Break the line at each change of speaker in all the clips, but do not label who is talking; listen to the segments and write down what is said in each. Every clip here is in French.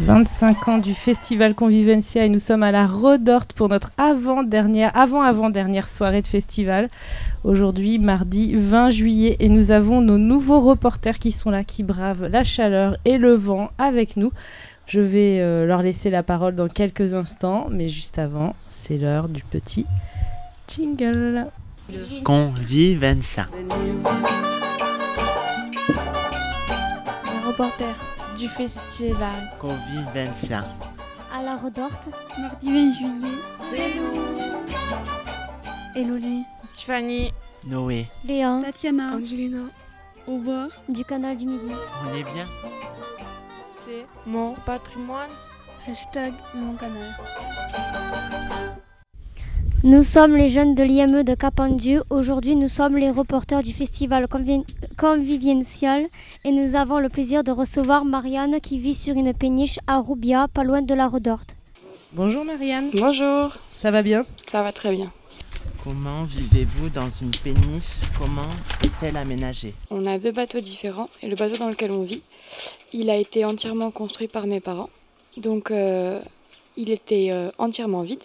25 ans du festival Convivencia et nous sommes à la Redorte pour notre avant-dernière, avant-avant-dernière soirée de festival. Aujourd'hui, mardi 20 juillet, et nous avons nos nouveaux reporters qui sont là, qui bravent la chaleur et le vent avec nous. Je vais euh, leur laisser la parole dans quelques instants, mais juste avant, c'est l'heure du petit jingle.
Convivenza.
Les reporters du festival.
Convivenza.
à la Redorte.
Mardi 20 juillet,
Elodie. Tiffany.
Noé,
Léa,
Tatiana,
Angelina.
au revoir.
du canal du Midi.
on est bien
C'est mon patrimoine.
Hashtag mon canal.
Nous sommes les jeunes de l'IME de Capendieu. Aujourd'hui, nous sommes les reporters du festival Convi- Convivencial et nous avons le plaisir de recevoir Marianne qui vit sur une péniche à Roubia, pas loin de la Redorte.
Bonjour Marianne,
Bonjour,
ça va bien
ça va très bien.
Comment vivez-vous dans une péniche Comment est-elle aménagée
On a deux bateaux différents et le bateau dans lequel on vit, il a été entièrement construit par mes parents. Donc euh, il était euh, entièrement vide.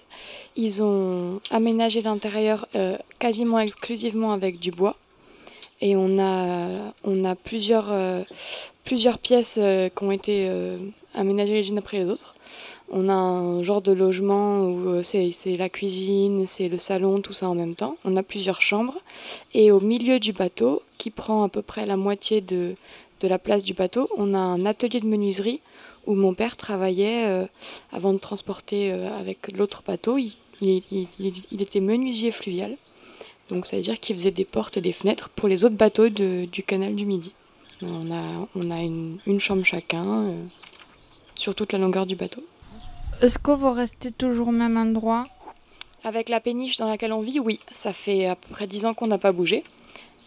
Ils ont aménagé l'intérieur euh, quasiment exclusivement avec du bois. Et on a, on a plusieurs, euh, plusieurs pièces euh, qui ont été euh, aménagées les unes après les autres. On a un genre de logement où euh, c'est c'est la cuisine, c'est le salon, tout ça en même temps. On a plusieurs chambres. Et au milieu du bateau, qui prend à peu près la moitié de, de la place du bateau, on a un atelier de menuiserie où mon père travaillait euh, avant de transporter euh, avec l'autre bateau. Il, il- il- il- il était menuisier fluvial. Donc ça veut dire qu'il faisait des portes et des fenêtres pour les autres bateaux de- du canal du Midi. On a, on a une, une chambre chacun euh, sur toute la longueur du bateau.
Est-ce que vous restez toujours au même endroit
Avec la péniche dans laquelle on vit, oui, ça fait à peu près 10 ans qu'on n'a pas bougé.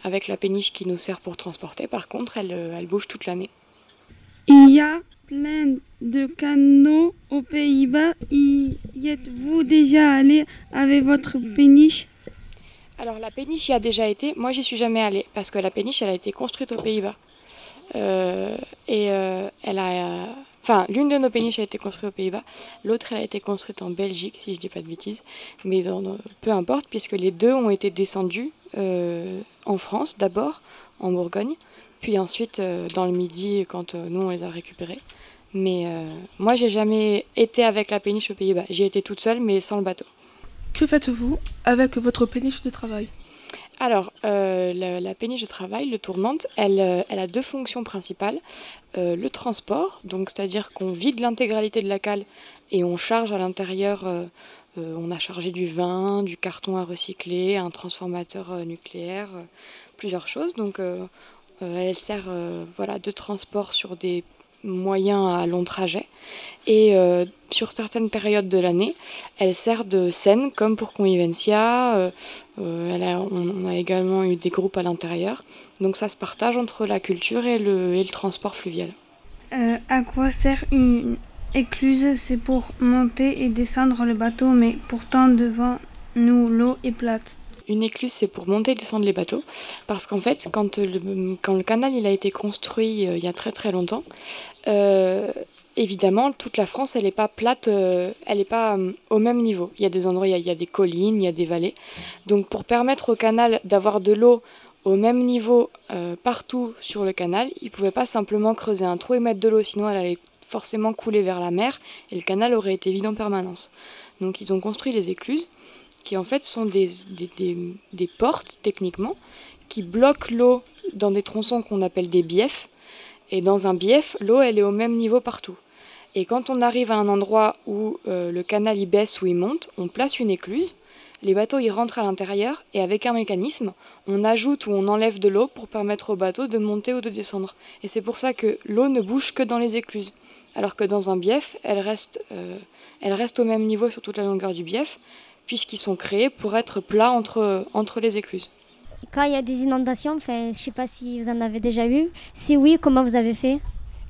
Avec la péniche qui nous sert pour transporter, par contre, elle, euh, elle bouge toute l'année.
Il y a plein de canaux aux Pays-Bas. Y y êtes-vous déjà allé avec votre péniche
Alors la péniche y a déjà été, moi j'y suis jamais allée, parce que la péniche, elle a été construite aux Pays-Bas. Euh, et euh, elle a... euh, Enfin, l'une de nos péniches a été construite aux Pays-Bas, l'autre elle a été construite en Belgique, si je dis pas de bêtises, mais dans- dans- peu importe, puisque les deux ont été descendus euh, en France d'abord, en Bourgogne, puis ensuite euh, dans le Midi quand euh, nous on les a récupérés. Mais euh, moi j'ai jamais été avec la péniche aux Pays-Bas, j'y ai été toute seule mais sans le bateau.
Que faites-vous avec votre péniche de travail
Alors, euh, la, la péniche de travail, le tourmente, elle, euh, elle a deux fonctions principales. Euh, le transport, donc c'est-à-dire qu'on vide l'intégralité de la cale et on charge à l'intérieur, euh, euh, on a chargé du vin, du carton à recycler, un transformateur euh, nucléaire, euh, plusieurs choses. Donc, euh, euh, elle sert euh, voilà, de transport sur des moyens à long trajet. Et euh, sur certaines périodes de l'année, elle sert de scène, comme pour Convivencia. euh, euh, elle a- on, on a également eu des groupes à l'intérieur. Donc ça se partage entre la culture et le, et le transport fluvial.
Euh, à quoi sert une écluse C'est pour monter et descendre le bateau, mais pourtant devant nous l'eau est plate.
Une écluse, c'est pour monter et descendre les bateaux. Parce qu'en fait, quand le, quand le canal il a été construit euh, il y a très très longtemps, euh, évidemment, toute la France, elle n'est pas plate, euh, elle n'est pas euh, au même niveau. Il y a des endroits, il y a, il y a des collines, il y a des vallées. Donc pour permettre au canal d'avoir de l'eau au même niveau euh, partout sur le canal, il ne pouvait pas simplement creuser un trou et mettre de l'eau, sinon elle allait forcément couler vers la mer et le canal aurait été vide en permanence. Donc ils ont construit les écluses qui en fait sont des, des, des- des portes techniquement qui bloquent l'eau dans des tronçons qu'on appelle des biefs. Et dans un bief, l'eau elle est au même niveau partout. Et quand on arrive à un endroit où euh, le canal y baisse ou il monte, on place une écluse, les bateaux y rentrent à l'intérieur et avec un mécanisme, on ajoute ou on enlève de l'eau pour permettre aux bateaux de monter ou de descendre. Et c'est pour ça que l'eau ne bouge que dans les écluses. Alors que dans un bief, elle reste, euh, elle reste au même niveau sur toute la longueur du bief puisqu'ils sont créés pour être plats entre, entre les écluses.
Quand il y a des inondations, enfin, je sais pas si vous en avez déjà eu. Si oui, comment vous avez fait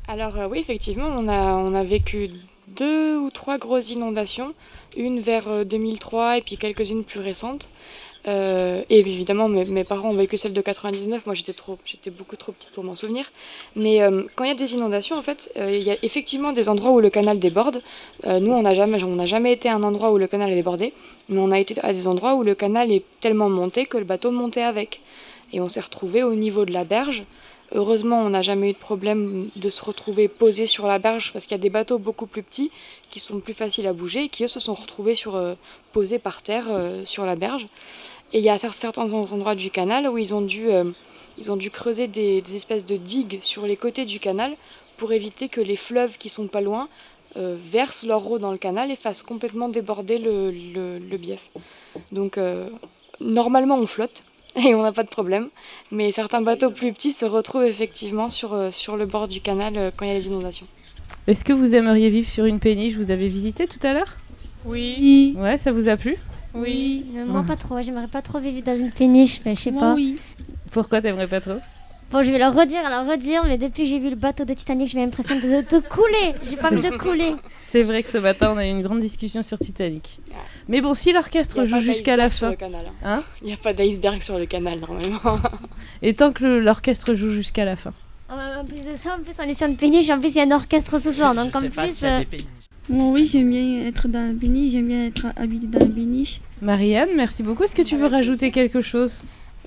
Alors euh, oui, effectivement, on a, on a vécu deux ou trois grosses inondations, une vers euh, 2003 et puis quelques-unes plus récentes. Euh, et évidemment, mes, mes parents ont vécu celle de 99. Moi, j'étais trop, j'étais beaucoup trop petite pour m'en souvenir. Mais euh, quand il y a des inondations, en fait, euh, il y a effectivement des endroits où le canal déborde. Euh, nous, on n'a jamais, on n'a jamais été à un endroit où le canal est débordé, mais on a été à des endroits où le canal est tellement monté que le bateau montait avec. Et on s'est retrouvé au niveau de la berge. Heureusement, on n'a jamais eu de problème de se retrouver posé sur la berge parce qu'il y a des bateaux beaucoup plus petits qui sont plus faciles à bouger et qui eux se sont retrouvés sur, euh, posés par terre euh, sur la berge. Et il y a cer- certains endroits du canal où ils ont dû, euh, ils ont dû creuser des, des espèces de digues sur les côtés du canal pour éviter que les fleuves qui sont pas loin euh, versent leur eau dans le canal et fassent complètement déborder le, le, le bief. Donc euh, normalement on flotte et on n'a pas de problème, mais certains bateaux plus petits se retrouvent effectivement sur, euh, sur le bord du canal euh, quand il y a les inondations.
Est-ce que vous aimeriez vivre sur une péniche Vous avez visité tout à l'heure
Oui.
Oui.
Ouais, ça vous a plu
Oui.
Euh, Moi, pas trop. J'aimerais pas trop vivre dans une péniche, mais je sais pas.
oui.
Pourquoi t'aimerais pas trop
Bon, je vais leur redire, leur redire, mais depuis que j'ai vu le bateau de Titanic, j'ai l'impression de, de couler. J'ai pas envie de couler.
C'est vrai que ce matin, on a eu une grande discussion sur Titanic. Mais bon, si
Il y
l'orchestre
a
joue
pas
jusqu'à la
d'iceberg sur
fin,
le canal, hein.
Hein
Il n'y a pas d'iceberg sur le canal normalement.
et tant que le- l'orchestre joue jusqu'à la fin.
Ah, bah, En plus de ça, en plus, on est sur une péniche, en plus, il y a un orchestre ce soir. Donc,
je
en
sais pas
plus,
s'il y a
euh,
des péniches.
Moi, oui, j'aime bien être dans la péniche, j'aime bien être habité dans la péniche.
Marianne, merci beaucoup. Est-ce que tu veux
Avec
rajouter
plaisir.
quelque chose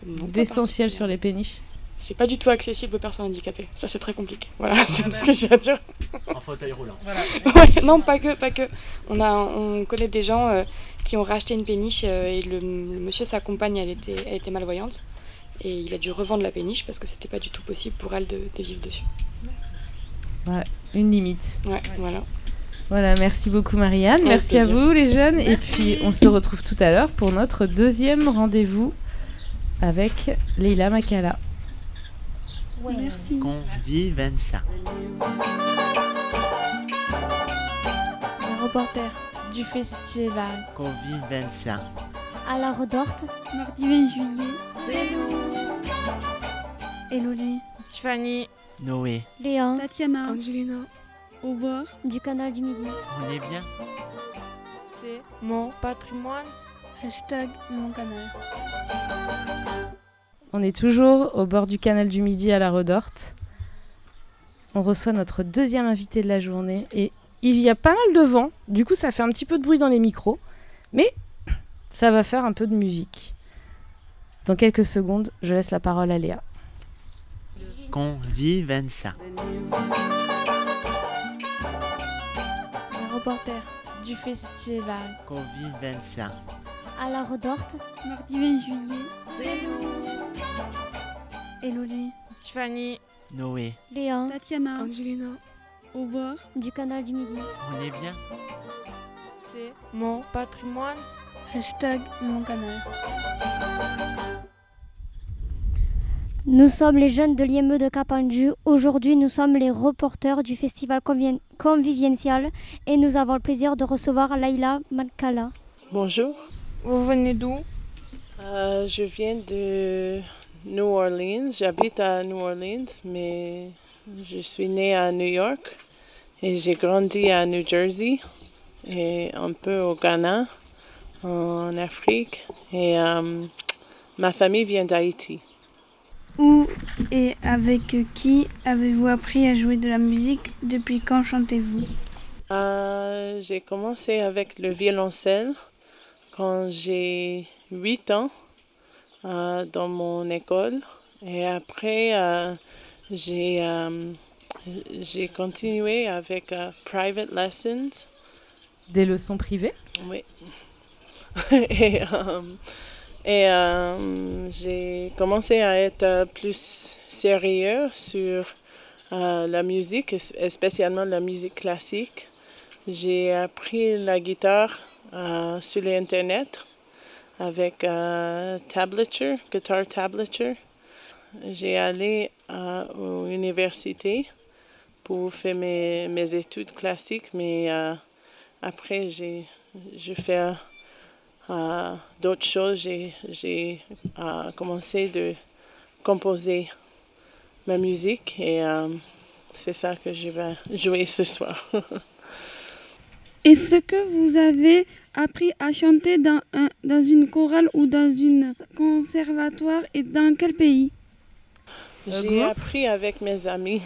Non, pas
d'essentiel
particulièrement.
sur les péniches
C'est pas du tout accessible aux personnes handicapées. Ça, c'est très compliqué. Voilà, c'est
Ah bah
ce que j'ai à dire.
En fauteuil roulant.
Ouais, non, pas que, pas que. On, a, on connaît des gens euh, qui ont racheté une péniche euh, et le, le monsieur, sa compagne, elle était, elle était malvoyante. Et il a dû revendre la péniche parce que c'était pas du tout possible pour elle de, de vivre dessus.
Une limite.
Ouais, voilà.
Voilà, merci beaucoup Marianne.
Avec
Merci à
plaisir.
vous les jeunes. Et puis, on se retrouve tout à l'heure pour notre deuxième rendez-vous avec Leila Makala.
Merci.
Convivencia.
Un reporter du festival.
Convivencia.
euh, à la redorte.
Mardi 20 juillet.
Elodie.
Tiffany.
Noé,
Léon,
Tatiana,
Angelina.
au bord.
du canal du Midi.
on est bien
C'est mon patrimoine.
Hashtag mon canal.
On est toujours au bord du canal du Midi à la Redorte. On reçoit notre deuxième invité de la journée et il y a pas mal de vent. Du coup, ça fait un petit peu de bruit dans les micros, mais ça va faire un peu de musique. Dans quelques secondes, je laisse la parole à Léa.
Convivencia.
Un reporter du festival.
Convivencia.
À la redorte.
Mardi 20 juillet.
Elodie.
Tiffany.
Noé,
Léon,
Ah
Tatiana,
Angelina.
au bord.
du canal du Midi.
on est bien
C'est mon patrimoine.
Hashtag mon canal.
Nous sommes les jeunes de l'IME de Capanju. Aujourd'hui, nous sommes les reporters du festival Convien- Convivencial et nous avons le plaisir de recevoir Laila Mankala.
Bonjour,
Vous venez d'où
Euh, je viens de New Orleans. J'habite à New Orleans, mais je suis née à New York et j'ai grandi à New Jersey et un peu au Ghana, en Afrique. Et euh, ma famille vient d'Haïti.
Où et avec qui avez-vous appris à jouer de la musique Depuis quand chantez-vous
Euh, j'ai commencé avec le violoncelle quand j'ai 8 ans euh, dans mon école. Et après, euh, j'ai, euh, j'ai continué avec euh, private lessons.
Des leçons privées
Oui. et euh, et, euh, j'ai commencé à être euh, plus sérieux sur euh, la musique, es- et spécialement la musique classique. J'ai appris la guitare euh, sur l'Internet avec euh, Tablature, Guitar Tablature. J'ai allé à l'université pour faire mes, mes études classiques, mais euh, après, j'ai je fais euh, d'autres choses. J'ai- J'ai euh, commencé de composer ma musique et euh, c'est ça que je vais jouer ce soir.
Est-ce que vous avez appris à chanter dans, un- dans une chorale ou dans un conservatoire et dans quel pays
J'ai
groupe?
appris avec mes amis.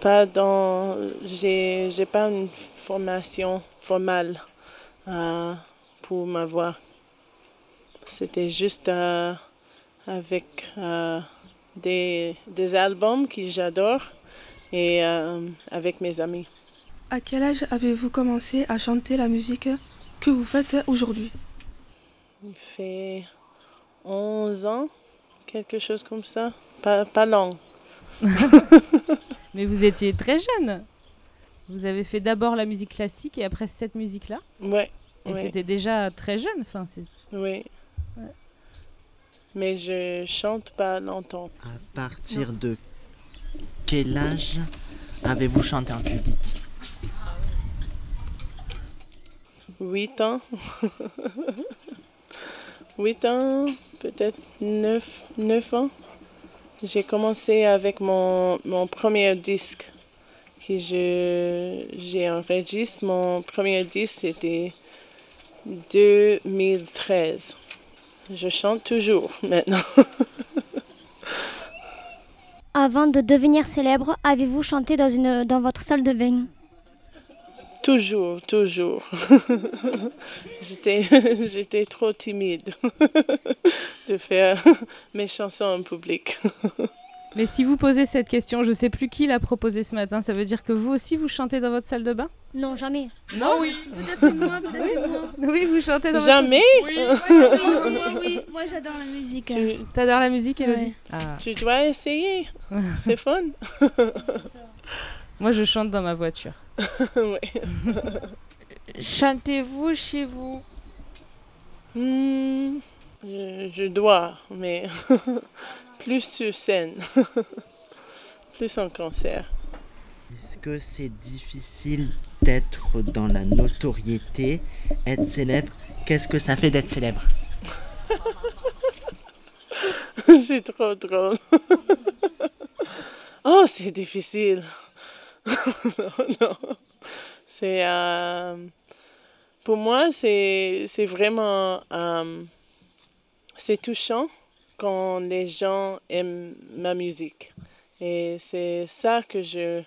Pas dans. J'ai j'ai pas une formation formale euh, pour ma voix. C'était juste euh, avec euh, des, des albums que j'adore et euh, avec mes amis.
À quel âge avez-vous commencé à chanter la musique que vous faites aujourd'hui
Il fait 11 ans, quelque chose comme ça. Pas, pas long.
Mais vous étiez très jeune. Vous avez fait d'abord la musique classique et après cette musique-là.
Ouais.
Et
ouais.
c'était déjà très jeune. Enfin, c'est-
Oui. Mais je chante pas longtemps.
À partir de quel âge avez-vous chanté en public
8 ans. 8 ans, peut-être 9, 9 ans. J'ai commencé avec mon, mon premier disque. Que je, j'ai enregistré. Mon premier disque, c'était 2013. Je chante toujours maintenant.
Avant de devenir célèbre, avez-vous chanté dans, une, dans votre salle de bain
Toujours, toujours. j'étais, j'étais trop timide de faire mes chansons en public.
Mais si vous posez cette question, je sais plus qui l'a proposée ce matin. Ça veut dire que vous aussi vous chantez dans votre salle de bain
Non, jamais.
Non, oui. Oui, vous chantez dans
Jamais
oui, moi j'adore la musique.
tu,
votre. T'adores la musique, Elodie
Ouais.
Ah.
tu dois essayer. C'est fun.
Moi, je chante dans ma voiture.
Ouais.
Chantez-vous chez vous
Hmm, je, je dois, mais plus sur scène, plus en concert.
Est-ce que c'est difficile d'être dans la notoriété, être célèbre Qu'est-ce que ça fait d'être célèbre
C'est trop drôle. oh, c'est difficile. non, non. C'est. euh, pour moi, c'est c'est vraiment. euh, c'est touchant quand les gens aiment ma musique. Et c'est ça que je.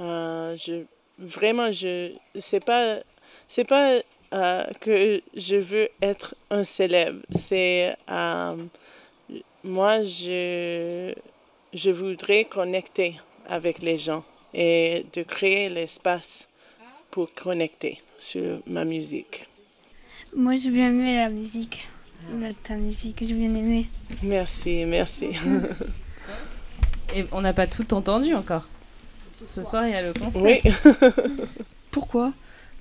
euh, je vraiment, je. C'est pas. C'est pas euh, que je veux être un célèbre. C'est. euh, moi, je, je voudrais connecter avec les gens et de créer l'espace pour connecter sur ma musique.
Moi j'ai bien aimé la musique. La- Ta musique, j'ai bien aimé.
Merci, merci.
Et on n'a pas tout entendu encore. Ce soir, il y a le concert.
Oui,
Pourquoi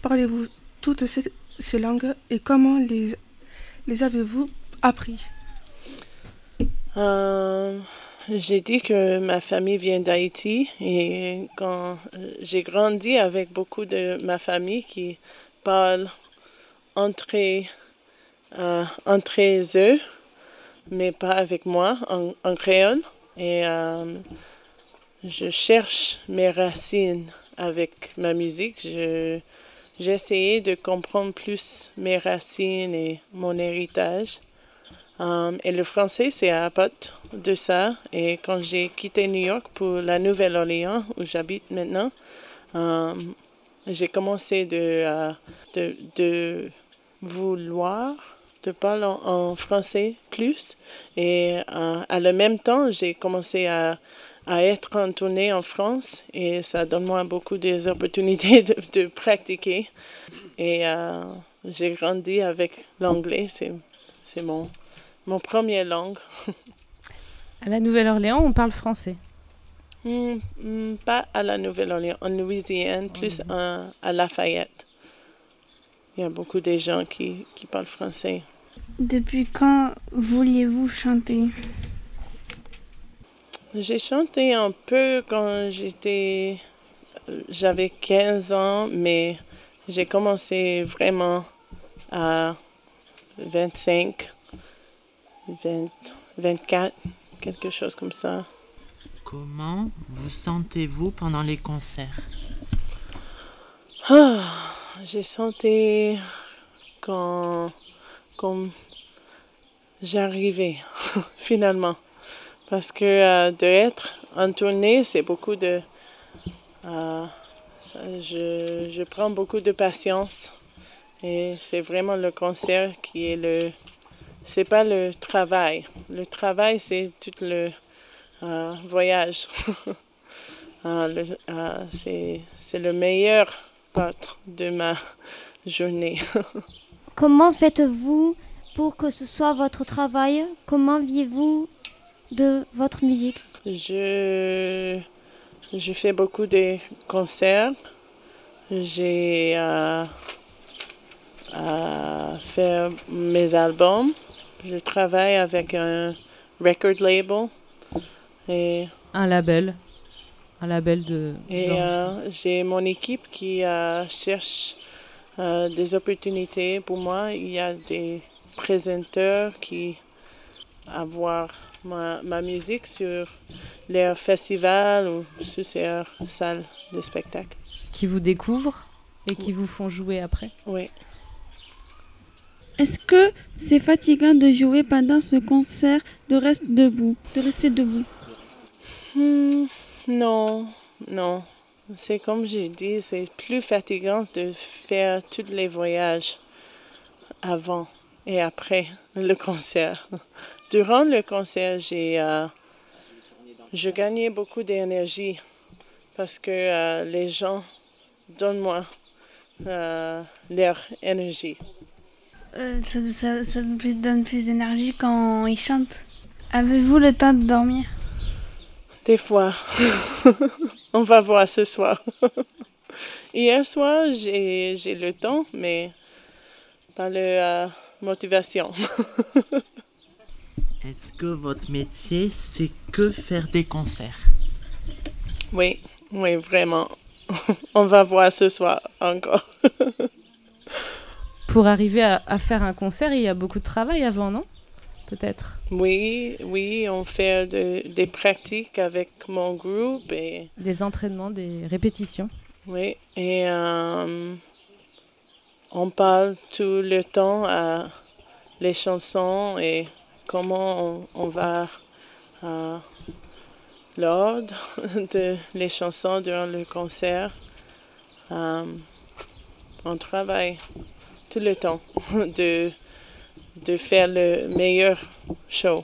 parlez-vous toutes ces, ces langues et comment les, les avez-vous appris
Euh, j'ai dit que ma famille vient d'Haïti et quand euh, j'ai grandi avec beaucoup de ma famille qui parle entre, euh, entre eux, mais pas avec moi, en, en créole. Et euh, je cherche mes racines avec ma musique. Je, j'ai essayé de comprendre plus mes racines et mon héritage. Um, et le français, c'est à pote de ça. Et quand j'ai quitté New York pour la Nouvelle-Orléans, où j'habite maintenant, um, j'ai commencé de, euh, de, de vouloir de parler en, en français plus. Et euh, à le même temps, j'ai commencé à, à être en tournée en France. Et ça donne moi beaucoup des opportunités de, de pratiquer. Et euh, j'ai grandi avec l'anglais. C'est c'est mon mon premier langue.
À la Nouvelle-Orléans, on parle français.
Hmm, hmm, pas à la Nouvelle-Orléans, en Louisiane, plus en- à Lafayette. Il y a beaucoup de gens qui, qui parlent français.
Depuis quand vouliez-vous chanter
J'ai chanté un peu quand j'étais... euh, J'avais 15 ans, mais j'ai commencé vraiment à 25, 20, 24, quelque chose comme ça.
Comment vous sentez-vous pendant les concerts
Ah, J'ai senti quand, comme j'arrivais finalement. Parce que euh, de être en tournée, c'est beaucoup de... euh, ça- je, je prends beaucoup de patience. Et c'est vraiment le concert qui est le... C'est pas le travail. Le travail, c'est tout le euh, voyage. Euh, le- euh, c'est c'est le meilleur part de ma journée.
Comment faites-vous pour que ce soit votre travail Comment vivez-vous de votre musique
Je, je fais beaucoup de concerts. J'ai euh, euh, fait mes albums. Je travaille avec un record label. Et,
Un label. Un label de.
et
d'enregistrement.
euh, j'ai mon équipe qui euh, cherche euh, des opportunités pour moi. Il y a des présenteurs qui avoir ma, ma musique sur les festivals ou sur ces salles de spectacle.
Qui vous découvrent et qui vous font jouer après.
Oui.
Est-ce que c'est fatigant de jouer pendant ce concert de reste debout, de rester debout
Hmm, non, non. C'est comme j'ai dit, c'est plus fatigant de faire tous les voyages avant et après le concert. Durant le concert, j'ai euh, je gagnais beaucoup d'énergie parce que euh, les gens donnent moi euh, leur énergie.
Euh, ça, ça- ça nous plus- donne plus d'énergie quand ils chantent. Avez-vous le temps de dormir
Des fois. On va voir ce soir. Hier soir, j'ai j'ai le temps, mais pas la motivation.
Est-ce que votre métier, c'est que faire des concerts
oui, oui, vraiment. On va voir ce soir encore.
Pour arriver à, à faire un concert, il y a beaucoup de travail avant, non Peut-être.
Oui, oui, on fait de- des pratiques avec mon groupe et
Des entraînements, des répétitions.
oui, et euh, on parle tout le temps à les chansons et comment on, on va euh, l'ordre de les chansons durant le concert. Euh, on travaille tout le temps de, de faire le meilleur show.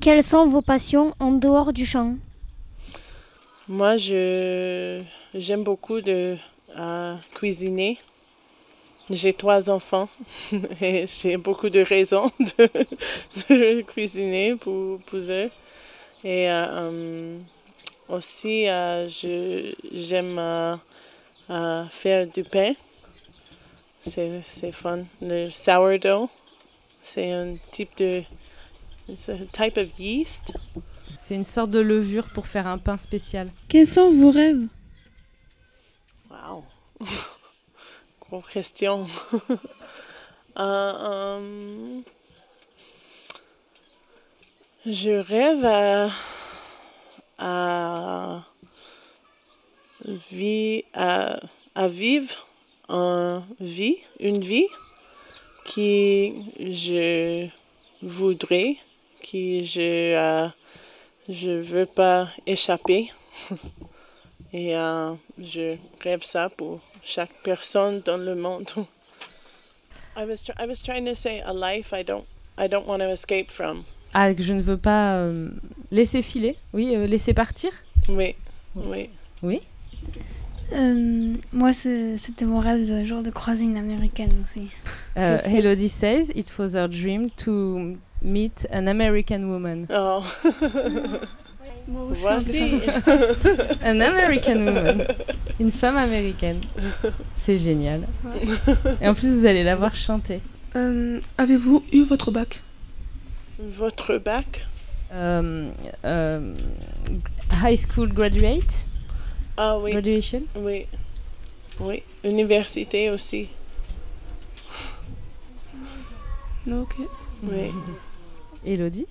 Quelles sont vos passions en dehors du chant
Moi, je j'aime beaucoup de euh, cuisiner. J'ai trois enfants et j'ai beaucoup de raisons de, de cuisiner pour, pour eux. Et euh, euh, aussi, euh, je j'aime euh, euh, faire du pain. C'est c'est fun. Le sourdough, c'est un type de it's a type of yeast.
C'est une sorte de levure pour faire un pain spécial.
Quels sont vos rêves
Wow. Gros question. Euh, euh, je rêve à, à, vi- à, à vivre un vie, une vie qui je voudrais, qui je euh, je veux pas échapper. Et euh, je rêve ça pour chaque personne dans le monde. I was try- I was trying to say a life I don't I don't want to escape from.
Ah, que je ne veux pas euh, laisser filer. Oui, euh, laisser partir.
Oui, oui.
Euh, Moi, c'est- c'était mon rêve de jour de croiser une américaine aussi.
Euh,
Qu'est-ce que-
Elodie says it was her dream to meet an American woman.
Oh,
Moi
voici.
An American woman. Une femme américaine. C'est génial. Et en plus, vous allez la voir chanter.
Euh, Avez-vous eu votre bac
Votre bac.
Euh, euh, high school graduate.
Ah oui,
Graduation.
oui, oui. Université aussi.
Non, ok.
Oui.
Elodie.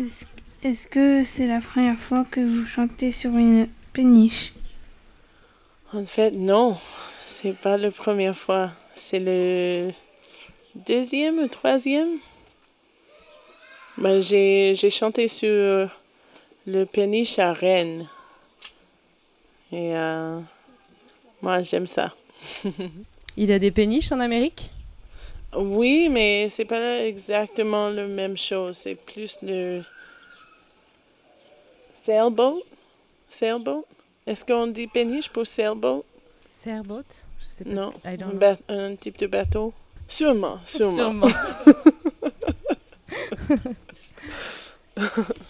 Est-ce est-ce que c'est la première fois que vous chantez sur une péniche
En fait, non, c'est pas la première fois. C'est le deuxième ou troisième. Ben, j'ai, j'ai chanté sur euh, le péniche à Rennes. Et euh, moi, j'aime ça.
Il a des péniches en Amérique
Oui, mais c'est pas exactement la même chose. C'est plus le sailboat. Sailboat. Est-ce qu'on dit péniche pour sailboat
Sailboat Je sais pas.
Non.
ce que- I don't
Un,
know.
ba- un type de bateau. Sûrement, sûrement.
Sûrement.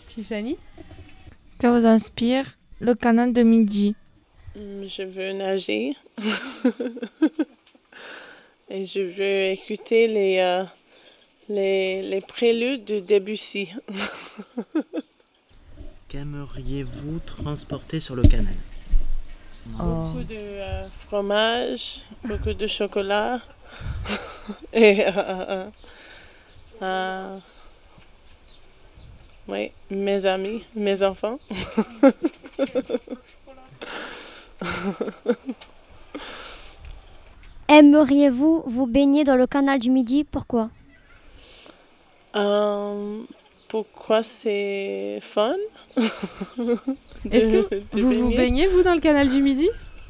Tiffany
Que vous inspire le canal de midi
Hum, Je veux nager. Et je veux écouter les, euh, les, les préludes de Debussy.
Qu'aimeriez-vous transporter sur le canal
Oh.
Beaucoup de euh, fromage, beaucoup de chocolat. Et. euh, euh, euh, oui, mes amis, mes enfants.
Aimeriez-vous vous baigner dans le canal du Midi Pourquoi
Euh, pourquoi c'est fun? de-
Est-ce que
de
Vous vous
baigner?
baignez, vous, dans le canal du Midi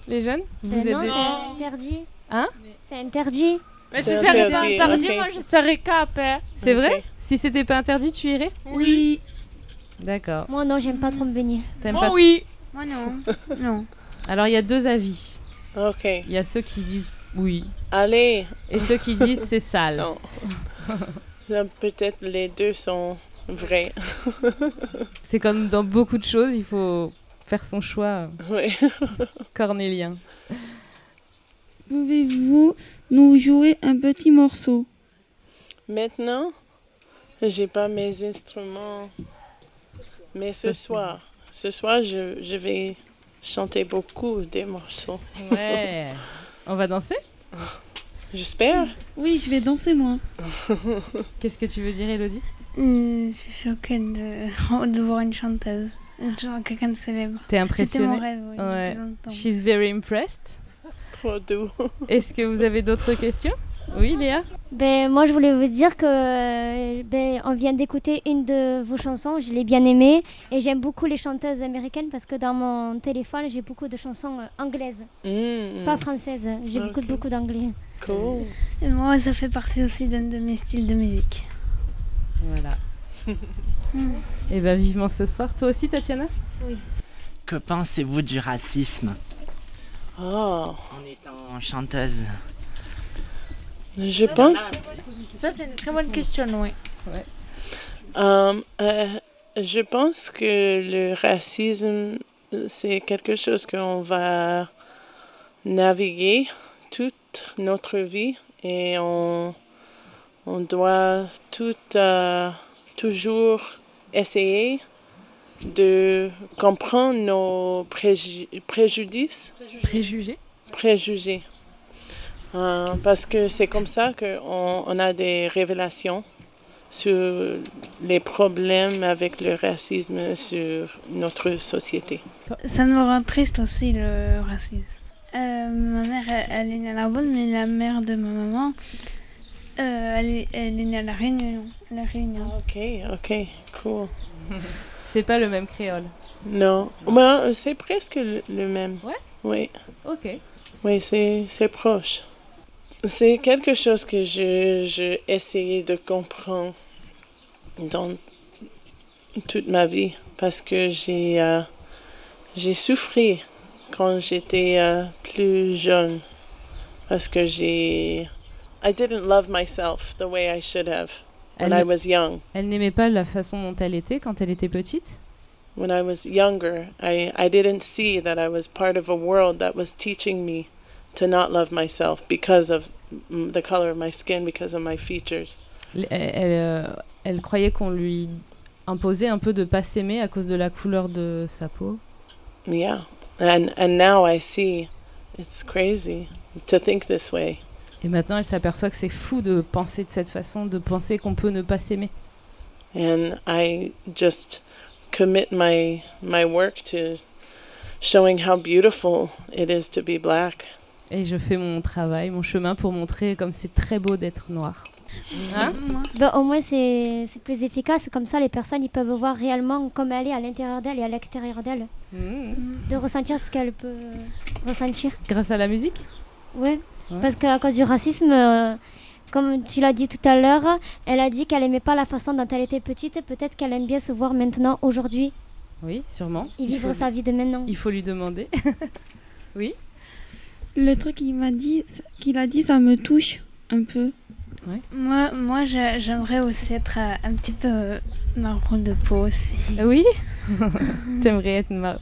Les jeunes Vous
Ben
êtes
Non,
des-
c'est interdit.
Hein
C'est interdit.
Mais si
C'est
c'est pas
interdit,
interdit,
ok.
moi je serais capé.
C'est
Ok.
vrai Si c'était pas interdit, tu irais
Oui.
D'accord.
Moi, non, j'aime pas trop me baigner.
T'aimes pas
oui
Moi non. non.
Alors, il y a deux avis.
Ok.
Il y a ceux qui disent oui
Allez,
et ceux qui disent c'est sale.
Non. Là, Peut-être les deux sont vrais.
C'est comme dans beaucoup de choses, il faut faire son choix euh,
Oui.
cornélien.
Pouvez-vous nous jouer un petit morceau
Maintenant, j'ai pas mes instruments. Mais ce
Ce
soir, ce soir, je, je vais chanter beaucoup des morceaux.
Ouais. On va danser
J'espère.
Oui, je vais danser moi.
Qu'est-ce que tu veux dire, Elodie
Euh, je suis choquée de, de voir une chanteuse. Genre quelqu'un de célèbre.
T'es
C'était mon
impressionnée
rêve, oui.
Ouais.
depuis longtemps.
She's very impressed.
Trop doux.
Est-ce que vous avez d'autres questions Oui, Léa
Ben, moi, je voulais vous dire que euh, ben, on vient d'écouter une de vos chansons. Je l'ai bien aimée. Et j'aime beaucoup les chanteuses américaines parce que dans mon téléphone, j'ai beaucoup de chansons euh, anglaises,
Mm,
pas françaises. J'ai beaucoup,
Ok.
beaucoup d'anglais.
cool.
Et moi, ça fait partie aussi d'un de mes styles de musique.
Voilà.
Mm.
Et ben vivement ce soir. Toi aussi, Tatiana
Que pensez-vous du racisme
Oh,
en étant chanteuse
je pense.
Ça, c'est une très bonne question, oui.
Euh, euh, je pense que le racisme, c'est quelque chose qu'on va naviguer toute notre vie et on, on doit tout, euh, toujours essayer de comprendre nos préju- préjudices
Préjugés.
préjugés. Euh, parce que c'est comme ça qu'on on a des révélations sur les problèmes avec le racisme sur notre société.
Ça me rend triste aussi le racisme. Euh, ma mère, elle, elle est née à Narbonne, mais la mère de ma maman, euh, elle, est, elle est née à La Réunion. La Réunion.
Ok, ok, cool.
C'est pas le même créole.
Non, Ben, c'est presque le le même.
Ouais?
Oui,
Ok.
oui c'est c'est proche. C'est quelque chose que je, je essayais de comprendre dans toute ma vie parce que j'ai euh, j'ai souffri quand j'étais euh, plus jeune parce que j'ai I didn't love myself the way I should have when I
Elle,
was young.
elle n'aimait pas la façon dont elle était quand elle était petite.
When I was younger, I, I didn't see that I was part of a world that was teaching me to not love myself because of mm, the color of my skin, because of my features.
Elle, elle, euh, elle croyait qu'on lui imposait un peu de pas s'aimer à cause de la couleur de sa peau.
Yeah. And, and now I see it's crazy to think this way.
Et maintenant, elle s'aperçoit que c'est fou de penser de cette façon, de penser qu'on peut ne pas s'aimer.
And I just commit my, my work to showing how beautiful it is to be black.
Et je fais mon travail, mon chemin pour montrer comme c'est très beau d'être noir.
Ben, au moins, c'est c'est plus efficace. Comme ça, les personnes ils peuvent voir réellement comme elle est à l'intérieur d'elle et à l'extérieur d'elle.
Mmh.
De ressentir ce qu'elle peut ressentir.
Grâce à la musique
Ouais.
Ouais.
Parce qu'à cause du racisme, euh, comme tu l'as dit tout à l'heure, elle a dit qu'elle aimait pas la façon dont elle était petite. Peut-être qu'elle aime bien se voir maintenant, aujourd'hui,
Oui, sûrement.
et
Il faut,
vivre sa vie de maintenant.
il faut lui demander.
Le truc qu'il m'a dit, qu'il a dit, ça me touche un peu.
Moi, moi je- j'aimerais aussi être euh, un petit peu euh, marron de peau aussi.
oui T'aimerais être noir.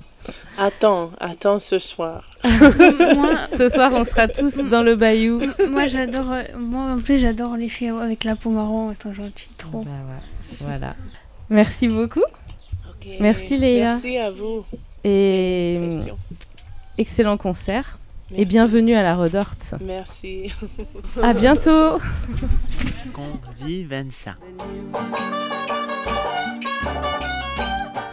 Attends, attends ce soir.
moi,
Ce soir, on sera tous dans le bayou.
moi j'adore. euh, Moi, en plus, j'adore les filles avec la peau marron, elles sont gentilles, trop.
Bah Voilà. Merci beaucoup Merci, Léa.
Merci à vous.
et
Question.
excellent concert. Et
Merci.
bienvenue à la Redorte.
Merci.
À bientôt
Convivenza.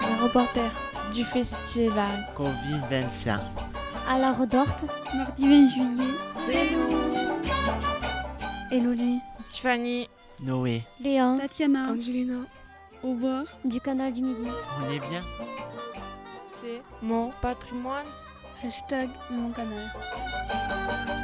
Les reporters du festival.
Convivenza.
À la redorte.
Mardi 20 juillet.
Elodie,
Tiffany.
Noé,
Léon,
Tatiana,
Angelina.
au bord.
du canal du Midi.
on est bien
C'est mon patrimoine.
hashtag mon canal.